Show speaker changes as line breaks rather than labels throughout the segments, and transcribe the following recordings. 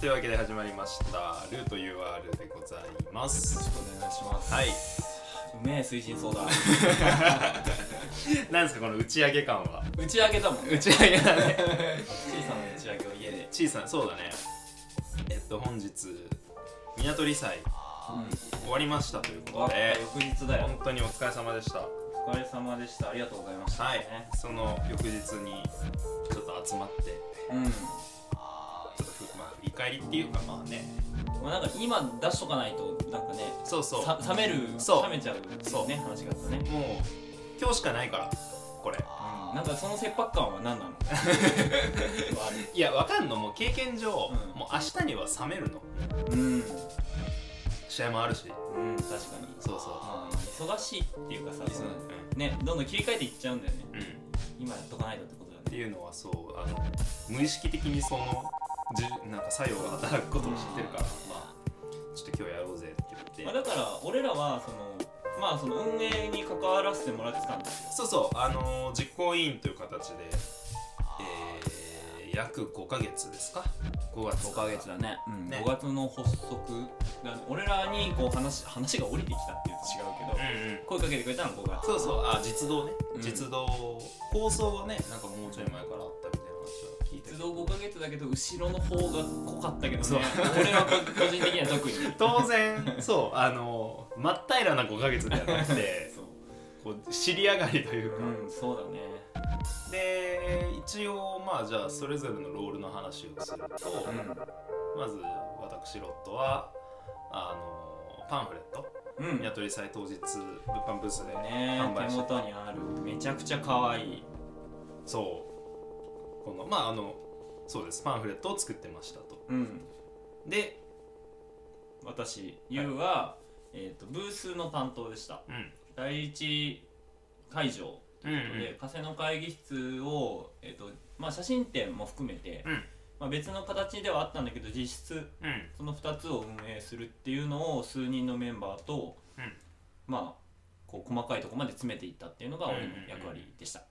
というわけで始まりましたルート UR でございます
よろしくお願いします
はいう
めえ推進相談
なんですかこの打ち上げ感は
打ち上げだもん
打
ね
ち上げだね
小さな打ち上げを家で
小さなそうだねえっと本日港理祭終わりましたという
終わっ
こと
た
で
翌日だよ
本当にお疲れ様でした
お疲れ様でしたありがとうございました
はいその翌日にちょっと集まってち
うんも
ょっとふ、まあ、振り返りっていうかまあね
うなんか今出しとかないとなんかね
そうそう
さ冷める
そう
冷めちゃうっていうね話があったね
もう今日しかないからこれ
うんなんかその切迫感は 何なのある
いやわかんのもう経験上、
うん
もう明日には冷めるの
うん、うん、
試合もあるし
確かに
そうそう
まあ忙しいっていうかさその
う
ねどんどん切り替えていっちゃうんだよね
ん、うん
今やっとかないとってことだよ
っていうのはそうあの無意識的にそのじゅなんか作用が働くことを知ってるから、
うん
まあちょっと今日やろうぜって言
まあ、
って
だから俺らはそのまあその運営に関わらせてもらってたんですよ
そうそうあのー実行委員という形で、えー、約5ヶ月ですか5月
5ヶ月だね,、うん、
ね
5月の発足が俺らにこう話話が降りてきたっていうと違う
う
けど、
んうん
声かけてくれたの5月
そうそうあ実動ね、
うん
実動構想はねなんかもうちょい前からあったみたいな話は聞いて
鉄道5ヶ月だけど後ろの方が濃かったけど
そう
ね俺は個個人的には特に
当然そうあのー真っ平らな5ヶ月ではなくて
そう
こう尻上がりというか、
うんそうだね
で一応まあじゃあそれぞれのロールの話をすると、まず私ロットはあのパンフレット
うん、うん、
ニワトリ祭当日物販ブースで
ね
販売
手
して
元にあるめちゃくちゃ可愛い
そうこのまああのそうですパンフレットを作ってましたと
うん
で
私ゆうは、えー、とブースの担当でした
うん
第一会場
うんう
で
ん
加瀬の会議室を、えーとまあ、写真展も含めて、
うん
まあ、別の形ではあったんだけど実質
うん
その2つを運営するっていうのを数人のメンバーと、
うん
まあこう細かいとこまで詰めていったっていうのが俺の役割でした。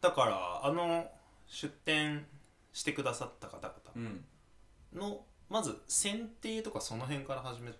だからあの出展してくださった方
うん
々のまず選定とかその辺から始め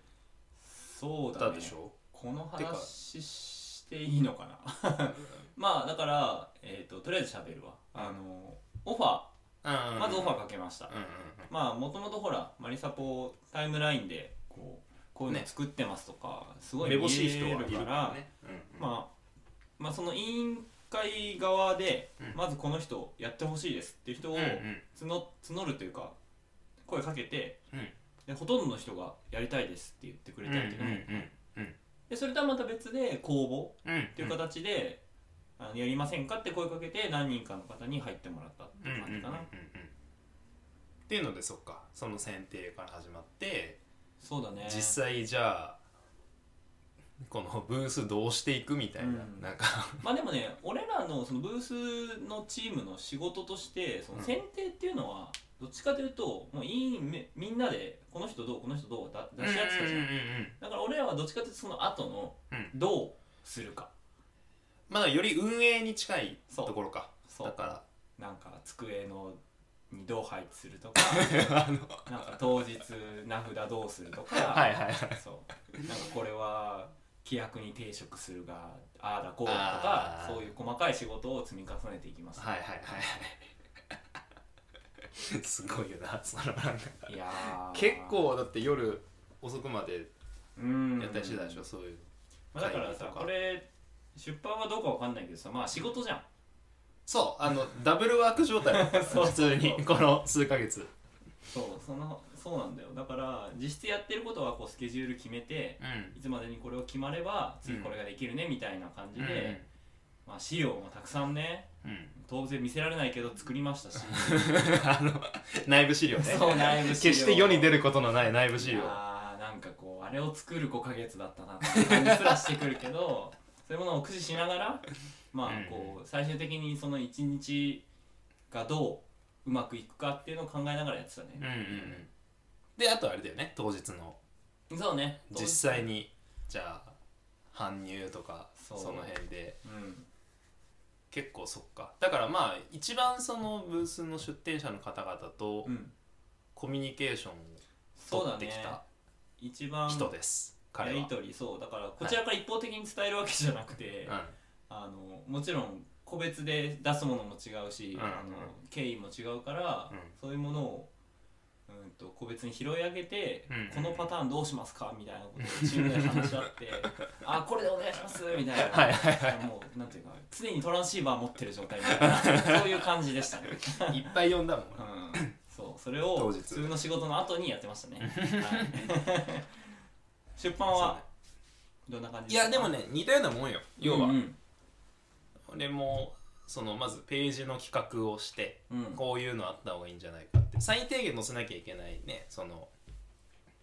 そうだ
た
ね
でしょ
この
てか
話していいのかな まあだから、えー、ととりあえず喋るわあのオファーま
ま
ずオファーかけました、
うんうん
まあもともとほらマリサポタイムラインでこうこういうの作ってますとか、す
う
ご
ん
い
め
見
ぼしい人
え
がい
る
る
か
かららねうんうん
まあ、まあその委員会側で、
うん
まずこの人やってほしいですっていう人を
うん
募募るというか声かけて
うんうん
でほとんどの人がやりたいですって言ってくれたんだけど、でそれとはまた別で公募っ
っ
ていう形で、あのやりませんかって声かけて何人かの方に入ってもらったっていう感じかな、
っていうのでそっかその選定から始まって
そうだね
実際じゃあこのブースどうしていくみたいな
うん
なんか
まあでもね俺らのそのブースのチームの仕事としてその選定っていうのはどっちかというともう委員めみんなでこの人どうこの人どうだ出し合ってたじゃんだから俺らはどっちかというとその後の
うん
どうするか
まだより運営に近い
そう
ところか
そ
だ
う
か
なんか机のにどう配置すると か
らあの
なんか当日名札どうするとか、
はいはいはい
そうなんかこれは規約に抵触するがああだこうだとか
あー
そういう細かい仕事を積み重ねていきました
はいはいはいはいすごいよなそのなんか
いやー
結構だって夜遅くまで
うん
やったりしてたでしょそういう
まあ、だから
会議と
さ
か
これ出版はどうかわかんないけどさまあ仕事じゃん
そ うあのダブルワーク状態
そう
普通にこの数ヶ月
そうそのそうなんだよだから実質やってることはこうスケジュール決めて
うん
いつまでにこれを決まれば次これができるねみたいな感じで、まあ、資料もたくさんね
うん
当然見せられないけど作りま したし
あの内部資料ね
そう内 部資料
決して世に出ることのない内部資料
あなんかこうあれを作る5ヶ月だったなって感じすらしてくるけど そういうものを駆使しながらまあこう最終的にその1日がどううまくいくかっていうのを考えながらやってたね、
うんうんうんであとあれだよね当日の
そうね
実際にじゃあ搬入とか
そう
その辺で
うん
結構そっかだからまあ一番そのブースの出展者の方々と
うん
コミュニケーションを
そう
取
だ
って
ね
きた
一番
人です、
や
彼は
り、取りそうだからこちらから一方的に伝えるわけじゃなくて、
うん
あのもちろん個別で出すものも違うし、
うん
あの経緯も違うから、
うん
そういうものを、うん、と個別に拾い上げて、
うん
このパターンどうしますかみたいなことをチームで話し合って あこれでお願いしますみたいな、
はいはいはい
もうなんていうか常にトランシーバー持ってる状態みたいな そういう感じでしたね、
いっぱい呼んだもん
う
俺
ん、そうそれ
当
を
日
普通の仕事の後にやってました ね、はい出版
そう
は
ね
どんな感じ
いやでも
ね
ね似たようなもんよ要
う
は、
んうん
俺もそのまずページの企画をして
うん
こういうのあった方がいいんじゃないかって最低限載せなきゃいけないねその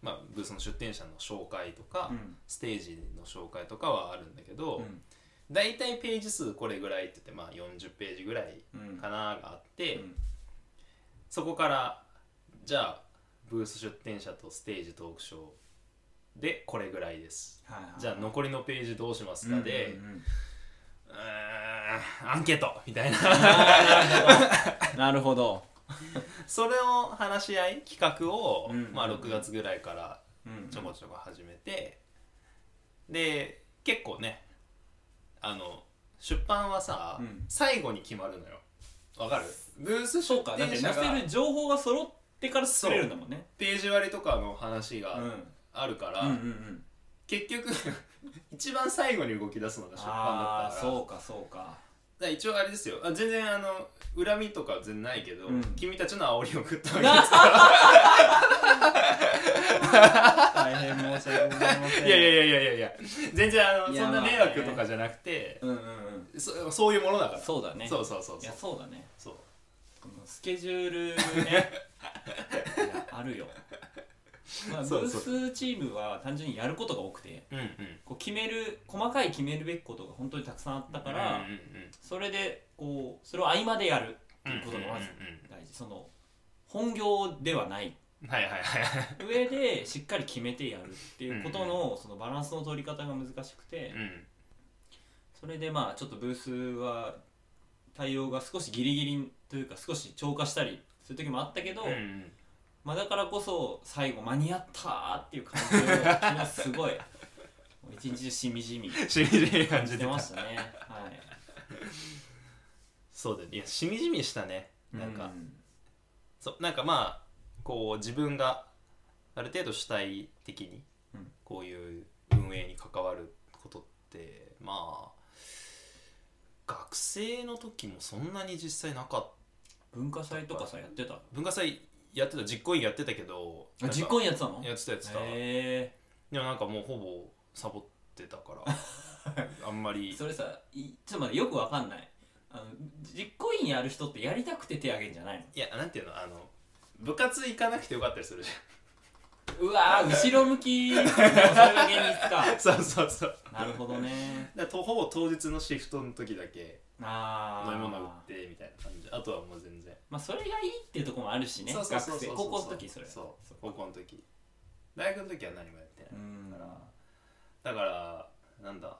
まあブースの出店者の紹介とか、
うん
ステージの紹介とかはあるんだけど、
うん
だいたいページ数これぐらいって言ってまあ40ページぐらい
うん
かながあって、
うん
そこからじゃあブース出店者とステージトークショーでこれぐらいです
はいはい
じゃあ残りのページどうしますかで、
うんうんうん
うーんアンケートみ たいな
なるほど、
それを話し合い企画を、
うん
まあ、6月ぐらいから
うん
ちょこちょこ始めて、で結構ねあの出版はさ、
うん
最後に決まるのよわかるブース
そ
出
うかだっ
店
て
者
載せ
が
る情報が揃ってから作れるんだもんね
ページ割りとかの話
うんうん
があるから、
うんうん
結局 一番最後に動き出すのが出版だ
ああ
ったから
そうかそうか
だから一応あれですよあ全然あの恨みとか全然ないけど、
うん
君たちの煽りを食ったわ けです
大変申し訳ございません
いやいやいやいやいや全然あの
いや
そんな迷惑とかじゃなくて、
うんうんうん
そそういうものだから
そうだね
そうそうそう
い
そう
やそうだね
そう
このスケジュー ルねいやあるよまあブ
そう
ー
そう
スチームは単純にやることが多くて
うんうん
こう決める細かい決めるべきことが本当にたくさんあったから、
うんうん
それでこうそれを合間でやるっていう
うん
ことがまず
うんうん
大事その本業ではない
うんはいはいはい
上でしっかり決めてやるっていうことのそのバランスの取り方が難しくて
うん
それでまあちょっとブースは対応が少しギリギリというか少し超過したりする時もあったけど、
うんうん
まあ、だからこそ最後間に合ったーっていう感じを昨日すごいもう一日中しみじみ
しみじみ感
し
じ
ててま
た
したね。はい
そうだよねいやしみじみしたねなんか、
う
そうなんかまあこう自分がある程度主体的に
うん
こういう運営に関わることってまあ学生の時もそんなに実際なかった
文化祭とかさやってた
文化祭やってた実行委員やってたけどなんか
実行委員やってたの
やってたやってた
へ
でもなんかもうほぼサボってたから あんま
え
り
それさいちょっと待ってよくわかんないあの実行委員やる人ってやりたくて手挙げんじゃないの
いやなんていうのあの部活行かなくてよかったりするじ
うわー後ろ向きでもそれが現実か
ゃん そうそうそう
なるほどね
だからとほぼ当日のシフトの時だけ
ああ
飲み物売ってみたいな感じあとはもう全然
まあそれがいいっていうところもあるしね
そうそうそう
学
そ
生
う
高校の時それ
そう高校の時大学の時は何もやって
う
ない
ん
だからなんだ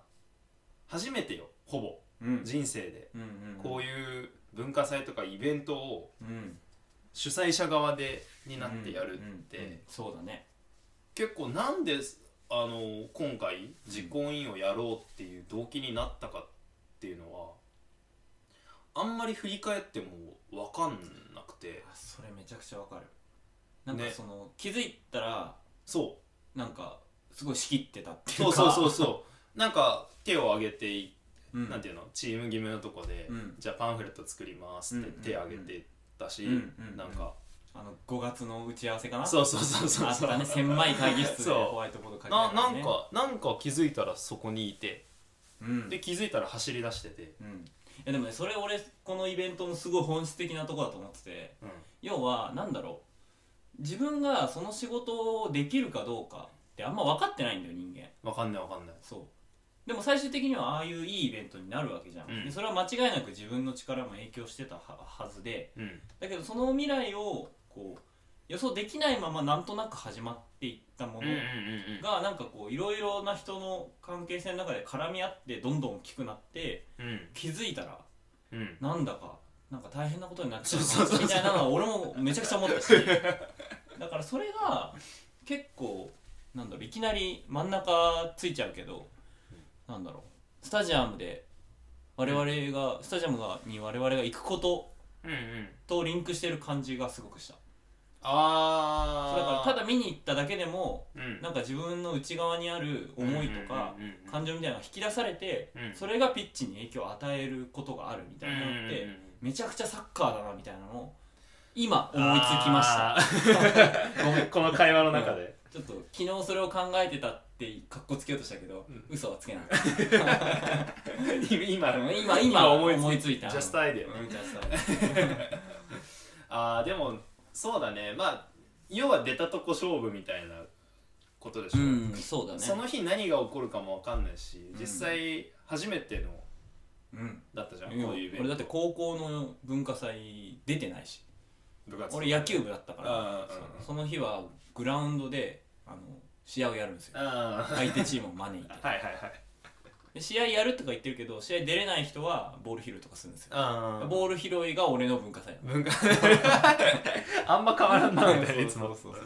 初めてよほぼ
うん
人生で
うんうん
こういう文化祭とかイベントを
うん
主催者側でになってやるって、
うんうんうんそうだね
結構なんであの今回実行委員をやろうっていう動機になったかっていうのはあんまり振り返っても分かんなくて
あそれめちゃくちゃわかるなんか
ね
その、気づいたら
そう
なんかすごい仕切ってたってい
そうう
か
そうそうそうなんか手を挙げてい、
う、ん、
なんていうのチーム決めのとこで、
うん
じゃあパンフレット作りますって
うん
手を挙げてたし、
うんうんうん
なんか、
あの5月の打ち合わせかな
そうそうそうそう
あっ
そう
たね狭い会議室で
そう
ホワイトボード書いてあ
な
る
な
ね
ん、かなんか気づいたらそこにいて
うん
で気づいたら走り出してて、
うん、いやでもねそれ俺このイベントのすごい本質的なとこだと思ってて
うん
要はなんだろう自分がその仕事をできるかどうかってあんま分かってないんだよ人間
わかんないわかんない
そうでも最終的にはああいういいイベントになるわけじゃん、
うん
でそれは間違いなく自分の力も影響してたははずで
うん
だけどその未来をこう予想できないままなんとなく始まっていったも
うんうんうん
のがなんかこういろいろな人の関係性の中で絡み合ってどんどん大きくなって
うん
気づいたら
うんうん
なんだかなんか大変なことになっちゃう
そうそうそうそう
みたいなのは俺もめちゃくちゃ思ったしだからそれが結構なんだろういきなり真ん中ついちゃうけどなんだろうスタジアムで我々がスタジアムがに我々が行くこと
うんうん
とリンクしてる感じがすごくしただ
あ
か
あ
らただ見に行っただけでも
うん
なんか自分の内側にある思いとか
うんうんうんうん
感情みたいなのが引き出されて
うん
それがピッチに影響を与えることがあるみたいなのっ
うん
て
うんうん
めちゃくちゃサッカーだなみたいなのを今思いつきました
たごめ んこの会話の中で
ちょっと昨日それを考えてたってかっこつけようとしたけど、
うん
嘘はつけなかった今
今
今
今
思
思
い
い
つ
つ
い
い
た
ジャストアイデア
うんジャストアイデ ア
ああでもそうだねまあ要は出たとこ勝負みたいなことでしょ、
うんそうだね
その日何が起こるかも分かんないし
ん
実際初めての
うん
だったじゃん、
いや
こういうイベン
俺
ト
だって高校の文化祭出てないし
部活
俺野球部だったか
あ
ら
あああ
そその日はグラウンドであの試合をやるんですよ
あ
相手チームを招い て
あはいはいはい
で試合やるとか言ってるけど試合出れない人はボール拾いとかするんですよ
あー
ボール拾いが俺の文化祭なの
文化あんま変わらんなみたいないつ
そう
も
そうそう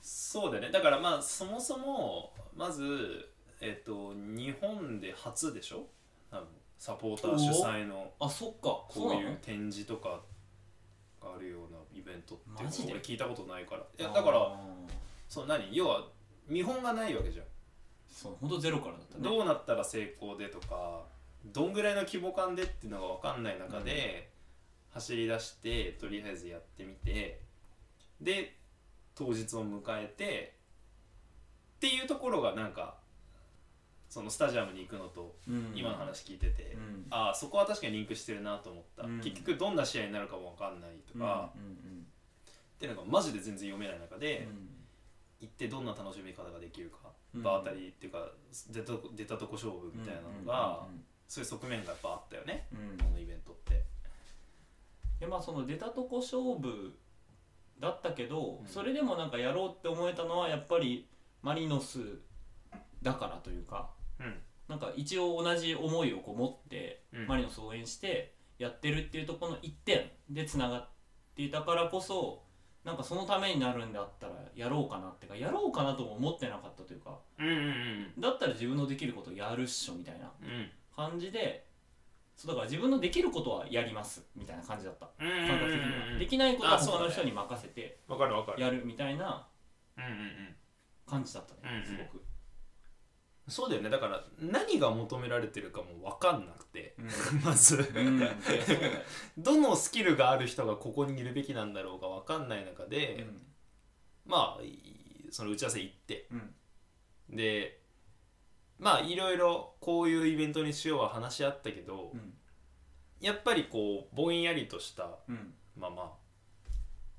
そうだよねだからまあそもそもまずえっと日本で初でしょ多分サポーター主催の
あそっかそ
こ
う
う
な
いう
の
展示とかがあるようなイベントっていう
マジで
の俺聞いたことないからいやだから
あー
そう何要は見本がないわけじゃん
そう本当ゼロからだったね
どうなったら成功でとかどんぐらいの規模感でっていうのが分かんない中で、走り出してとりあえずやってみてで当日を迎えてっていうところがなんかそのスタジアムに行くのと
うん
今の話聞いてて、
うん
ああそこは確かにリンクしてるなと思った、
うん
結局どんな試合になるかも分かんないとか、
うんうん
っていうのがマジで全然読めない中
う
で、
ん
行ってどんな楽しみ方ができるか、
うん
場当たりっていうか出た出たとこ勝負みたいなのが、そういう側面がやっぱあったよね
うんうんうんうん
このイベントって
でまあその出たとこ勝負だったけど、
うん
それでもなんかやろうって思えたのはやっぱりマリノスだからというか
う
なんか一応同じ思いをこう持って
ん
マリノスを応援してやってるっていうところの一点でつながっていたからこそなんかそのためになるんだったらやろうかなってかやろうかなとも思ってなかったというか
うんうん
だったら自分のできることやるっしょみたいな
うんうん
感じでそうだから自分のできることはやりますみたいな感じだった
うんう
感
んうん
覚的
う
に
んう
は
ん
できないことは
あそう
他
だね
の人に任せて
わかるわかる
やるみたいな
うんうんうん
感じだった
うんう
ね
ん
すごく
そうだよねだから何が求められてるかもわかんなくて
うん
まず
うんいやそうだよ
どのスキルがある人がここにいるべきなんだろうがわかんない中
う
で
ん
まあいその打ち合わせ行って
うん
でまあいろいろこういうイベントにしようは話し合ったけど
うん
やっぱりこうぼんやりとした
うん
まあまあ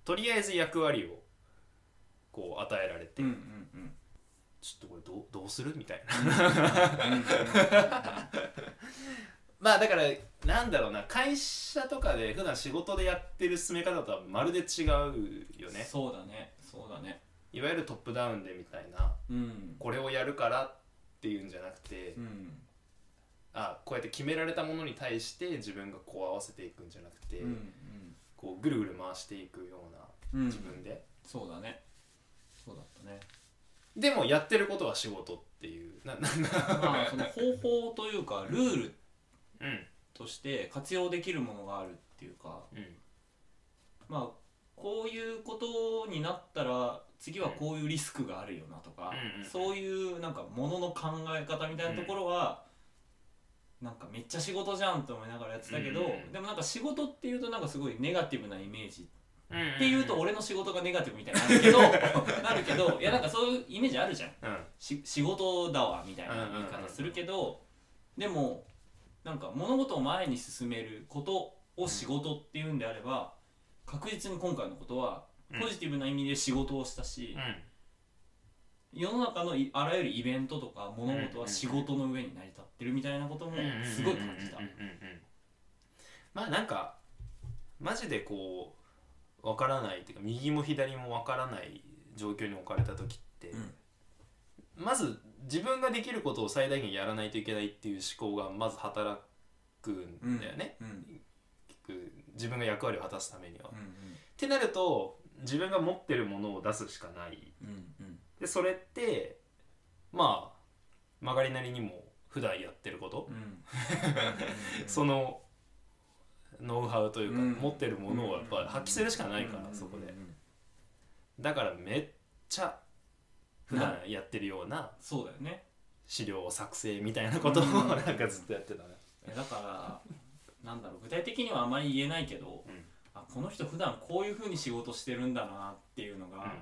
とりあえず役割をこう与えられて、
うんうんうん
ちょっとこれどうどうするみたいな
う
まあだからなんだろうな会社とかで普段仕事でやってる進め方とはまるで違うよ
ん
ね
そうだねそうだね
いわゆるトップダウンでみたいな
うん
これをやるからっていうんじゃなくて、
うん
あこうやって決められたものに対して自分がこう合わせていくんじゃなくて、
うんうん
こうぐるぐる回していくよう
う
なん自分で、
そうだねそうだったね
でもやってることは仕事っていうなな
まあその方法というかルール
うん
として活用できるものがあるっていうか
うん
まあこういうことになったら次はこういうリスクがあるよなとか、
うん
そういうなんかものの考え方みたいなところは、なんかめっちゃ仕事じゃんと思いながらやってたけど、
うん
でもなんか仕事っていうとなんかすごいネガティブなイメージ
っ
っていうと俺の仕事がネガティブみたいになるけど なるけどいやなんかそういうイメージあるじゃん
うん
し仕事だわみたいな言い方するけど、でもなんか物事を前に進めることを仕事っていうんであれば確実に今回のことはポジティブな意味で仕事をしたし、世の中のいあらゆるイベントとか物事は仕事の上に成り立ってるみたいなこともすごい感じた
うんうんうんうんうんまあなんかマジでこうわからないっていうか右も左もわからない状況に置かれた時って、
うん
まず自分ができることを最大限やらないといけないっていう思考がまず働くんだよね、
うんうん
結局自分が役割を果たすためには。
う
っ
ん
てなると自分が持ってるものを出すしかない
うんうん
でそれってまあ曲がりなりにも普段やってること、
うん
そのノウハウというか、
うん
持ってるものをやっぱり発揮するしかないから、
うん
そこで
うんうん
だからめっちゃ普段やってるような
そうだよね
資料を作成みたいなことを
うん
なんかずっとやってたね、
いやだからなんだろう具体的にはあまり言えないけど
うん
あこの人普段こういうふうに仕事してるんだなっていうのが、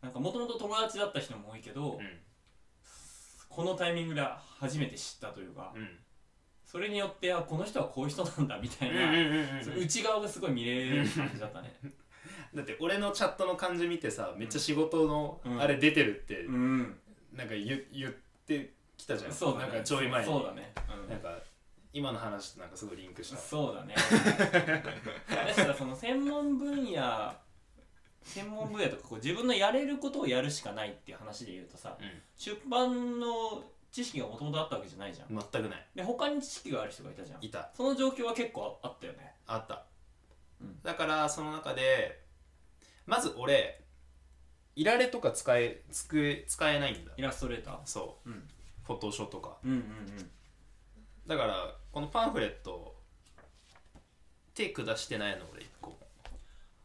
なんかもともと友達だった人も多いけど、
うん
このタイミングで初めて知ったというか、
うん
それによってあこの人はこういう人なんだみたい
うんう
な、
んうんうん
その内側がすごい見れる感じだったね
だって俺のチャットの感じ見てさめっちゃ仕事のあれ出てるって
うん
なんか言言ってきたじゃん
そうだ
な
ね
んかちょい前に
そうだね、うん
なんか今の話となんかすごいリンクした
そう だねだからその専門分野専門分野とかこう自分のやれることをやるしかないっていう話で言うとさ
う
出版の知識がもともとあったわけじゃないじゃん
ん全くない
で他に知識がある人がいたじゃん
いた
その状況は結構あったよね
あった、
うん
だからその中でまず俺いられとか使え使え使えないんだ
イラストレーター
そ
うん
うフォトショーとか
うんうん
だからこのパンフレット手下してないの俺一個も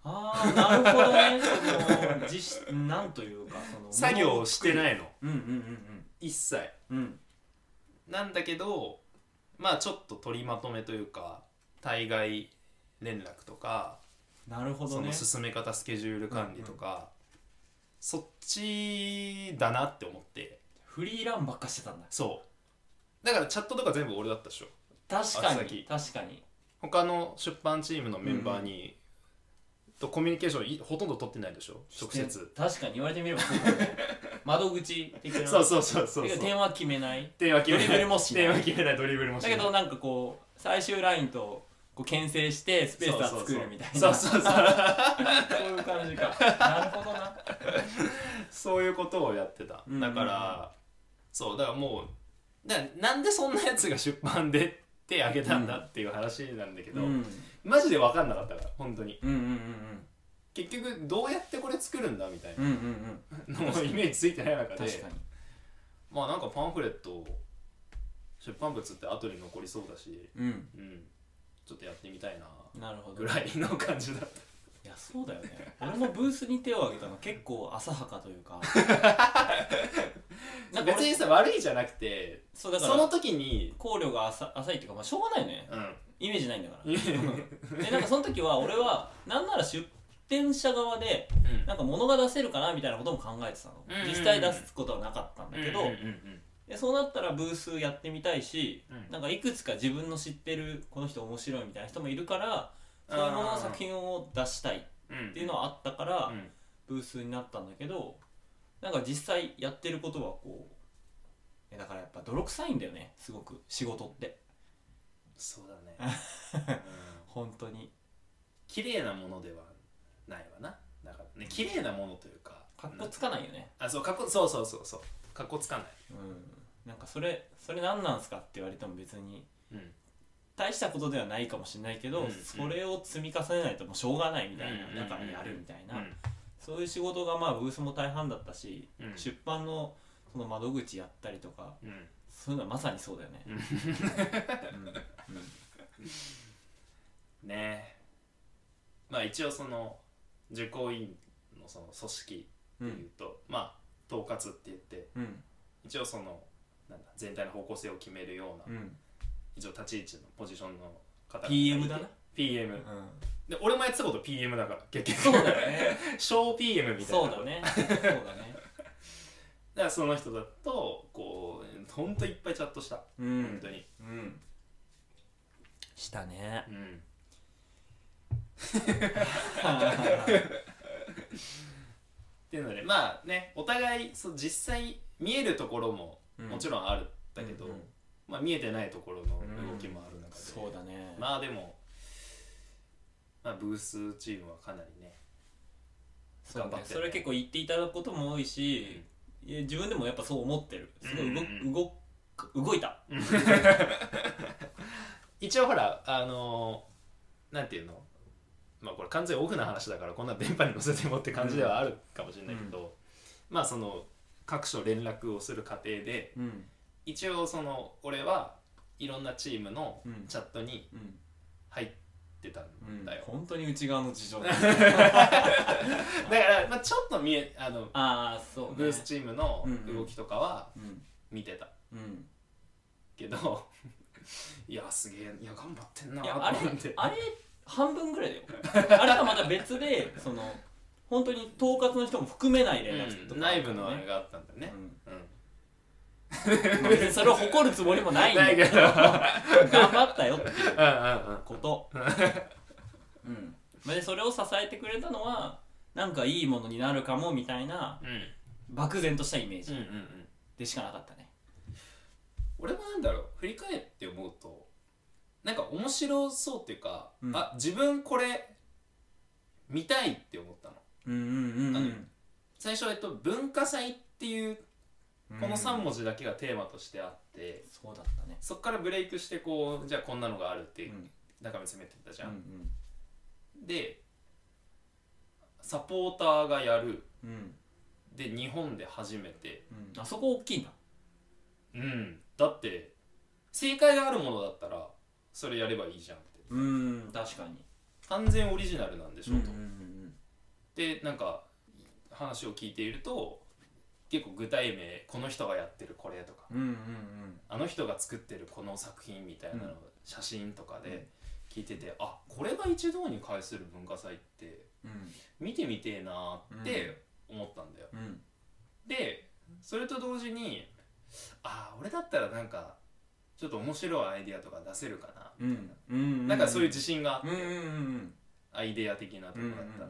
ああなるほどねその実施なんというかその
作業をして
い
ないの
うんうん
一切
うんうんうん
なんだけどまあちょっと取りまとめというか対外連絡とか、
なるほ
そ
どね
の進め方スケジュール管理とか、そっちだなって思って
フリーランばっかしてたんだ
そうだからチャットとか全部俺だったでしょ
確か
あ
に
先
確かに
他の出版チームのメンバーに、とコミュニケーションいほとんど取ってないでしょ直接
確かに言われてみればそうだ ね窓口的な
そうそうそうそう
て
そう
か点は決めない
点は決めな
ドリ
い
ブルもしない
点は決めないドリブルもし
だ
ない
けどなんかこう最終ラインとこう牽制してスペースは
そう
作
そうそ
る
う
みたいな
そうそうそう
そういう感じかなるほどな
そういうことをやってた
うん
だから、そうだからもうだなんでそんなやつが出版で手挙げたんだっていう話なんだけ
う
ど、
ん、うん
マジで分かんなかったから本当に
うんうん
結局どうやってこれ作るんだみたい
うんうんうんうん
なのをイメージついてない中
確
で
か
まあなんかパンフレット出版物って後に残りそうだし、
にうん
うん、ちょっとやってみたいな
なるほど
ぐ
い
らいの感じだった
やそうだよね俺もブースに手を挙げたの結構浅はかという か なんか
別
俺
にさ悪いじゃなくて
そうだか
その
ら
時に
考慮が浅浅いっていうかまあしょうがないよ ね
うん
イメージないんだから
いやいやいや
でなんかその時は俺はなんなら出店者側でなんか物が出せるかなみたいなことも考えてたの、
うんうんうん
実際出すことはなかったんだけど、
うんうんうん
でそうなったらブースやってみたいし、
うん
なんかいくつか自分の知ってるこの人面白いみたいな人もいるからそういうものの作品を出したい
うん
っていうのはあったから、
うん
ブースになったんだけどなんか実際やってることはこうえだからやっぱ泥臭いんだよねすごく仕事って
そうだね、うん
本当に
綺麗なものではないわなだからね綺麗なものというか
かっこつかないよね、
あそうかっこそうそうそうそうかっこつかない
うん、なんかそれそれ何なんすかって言われても別に
うん
大したことではないかもしれないけど、
うんうん
それを積み重ねないともうしょうがないみたいな、
うんうんうんうん
だからやるみたいな、そういう仕事がまあブースも大半だったし、
うん
出版のその窓口やったりとか
うん
そういうのはまさにそうだよね、
うん
うん
ねえまあ一応その受講委員のその組織
う
でい
ん
うと、まあ統括って言って
うん
一応そのなんだ全体の方向性を決めるような、
うん
一応立ち位置のポジションの方が
PM だな
PM、
うん
で俺もやってたこと PM だから結局
そうだよね
小 PM みたいな
そうだねそうだね
だからその人だとこうほんといっぱいチャットした、
う
ほ
ん
ん、本当に
うんしたね
うんっていうのでまあねお互いそう実際見えるところももち
ろん
ろんあるんだけど、
うんうん
まあ、見えてないところの動きもある中で、
そうだね、
まあでも、まあ、ブースチームはかなりね
そうね
頑張って
それ結構言っていただくことも多いし、いや自分でもやっぱそう思ってるすごい動,、
うんうんうん
動く動いた
一応ほらあのーなんていうのまあこれ完全オフな話だからこんな電波に乗せてもって感じではあるかもしれないけど、まあその各所連絡をする過程で
うん
一応その俺はいろんなチームの
うん
チャットに
うん
入ってた
うん
んだよ、
本当に内側の事 情だ
だから、まあ、ちょっと見えあの
ああそうね
ブースチームの動きとかは
うん
見てた
うん
けど いやすげえいや頑張ってんない
やあれ
と思って
あれ半分ぐらいだよあれはまた別 でその本当に統括の人も含めない連絡と
う
か
ん
あ
内
るからね、
部のあれがあったんだよね
う、ん
うん
まあ別にそれを誇るつもりもないん
な
だ
い
け
け
ど
ど
頑張ったよっていう
うんうんうん
こと、うん、でそれを支えてくれたのはなんかいいものになるかもみたいな
うん
漠然としたイメー
うん
ジ
うんうん
でしかなかったね
俺もなんだろう振り返って思うとなんか面白そうっていうか、
うん
あ自分これ見たいって思ったの
うんうんうんうん
最初は、えっと、文化祭っていう
うん
この3文字だけがテーマとしてあって、
そうだったね
そっからブレイクしてこうじゃあこんなのがあるって
うん
中身詰めてったじゃ、
うんん
でサポーターがやる
うんうん
で日本で初めて
うんあそこ大きいんだ
うんだって正解があるものだったらそれやればいいじゃんって
うん確かに
完全オリジナルなんでしょと、
うん
でなんか話を聞いていると結構具体名この人がやってるこれとか
うんうんうん
あの人が作ってるこの作品みたいな
う
の
ん
写真とかで聞いてて、あこれが一堂に会する文化祭って
うん
見てみてえなーって思ったんだよ、
うん
でそれと同時にああ俺だったらなんかちょっと面白いアイディアとか出せるかな
う
みたい
んうん
な、なんかそういう自信があって、
うんうんうん
アイディア的なと
う
こ
ん
ろだったら、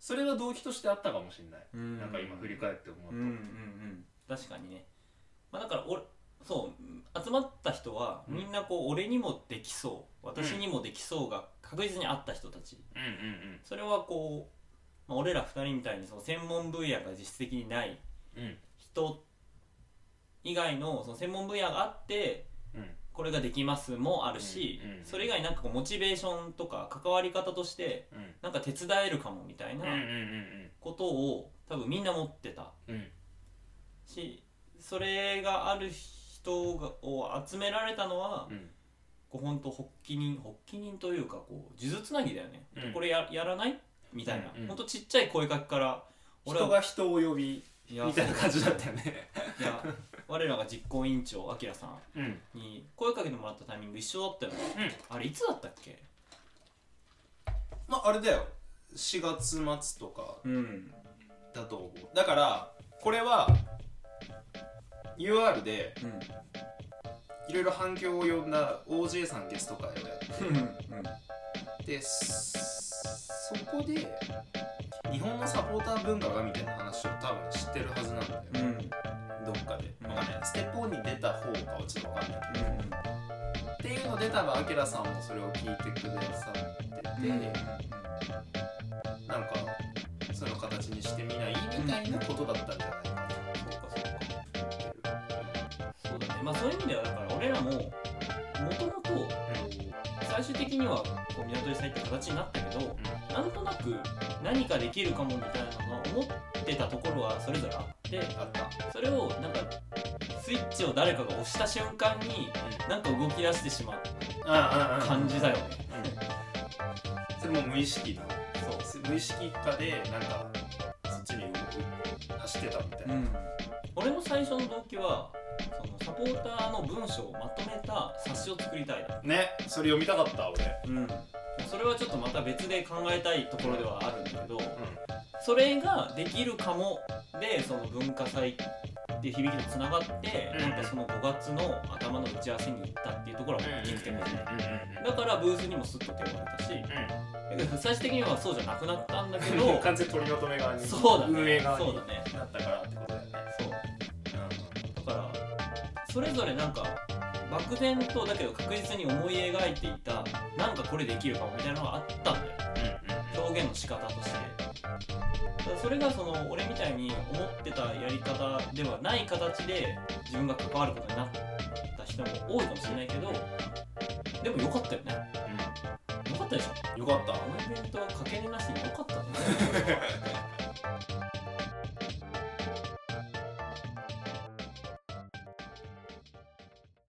それは動機としてあったかもしれない、
うん
なんか今振り返って思うと、
うんうんうん確かにね、まあ、だから俺そう集まった人は
うん
みんなこう俺にもできそう私にもできそうが確実にあった人たち
うんうん
それはこう、まあ、俺ら2人みたいにその専門分野が実質的にない
うんうん
人以外のその専門分野があって
うん
これができますもあるし、
うんうん
それ以外になんかこうモチベーションとか関わり方として
うん
なんか手伝えるかもみたいな
うんうん
ことを多分みんな持ってた
うんうん
しそれがある人がを集められたのは、
うん
こう本当発起人発起人というかこう数珠つなぎだよね、
うん
これややらないみたいな、
うんうん
ほんとちっちゃい声かけから
人が人を呼び
いや
みたいな感じだったよね
いや我らが実行委員長あきらさん
うん
に声かけてもらったタイミング一緒だったよねあれいつだったっけ
まああれだよ4月末とか
うん
だと思うだからこれは UR で
うん
いろいろ反響を呼んだ OJ さんゲスト会をやってそそこで日本のサポーター文化がみたいな話を多分知ってるはずなんだよ、
うんうん
どっかで
うん
わかんないステップオンに出た方かはちょっとわかんないけど、っていうので多分アキラさんもそれを聞いてくださってて、なんかその形にしてみないみたいなことだったんじゃないかな
そうかそうか
っていう
そうだねまあそういう意味ではだから俺らももともと最終的にはこう港に入った形になったけどなんとなく何かできるかもみたいなのは思ってたところはそれぞれあって
あった
それをなんかスイッチを誰かが押した瞬間になんか動き出してしまう
あ
感じだよね、
それも無意識の
そう
無意識化でなんかそっちに動く走ってたみたいな、
俺の最初の動機はそのサポーターの文章をまとめた冊子を作りたいだ、
ねそれ読みたかった俺
それはちょっとまた別で考えたいところではあるんだけどそれができるかもでその文化祭っていう響きとつながって、
うん
なんかその5月の頭の打ち合わせに行ったっていうところは大きくて、
う
だからブースにもスッと手を挙げたしだけど最終的にはそうじゃなくなったんだけ
んうん
ど
完全取りまとめ側に
そうだね
運営側
そう
に
だね
なったからってことだよね
そうだからそれぞれなんか漠然とだけど確実に思い描いていたなんかこれできるかもみたいなのがあったんだよ表現の仕方としてだからそれがその俺みたいに思ってたやり方ではない形で自分が関わることになった人も多いかもしれないけどでもよかったよねよかかったじゃん
よかった
あのイベントはかけれなしに良かったじゃん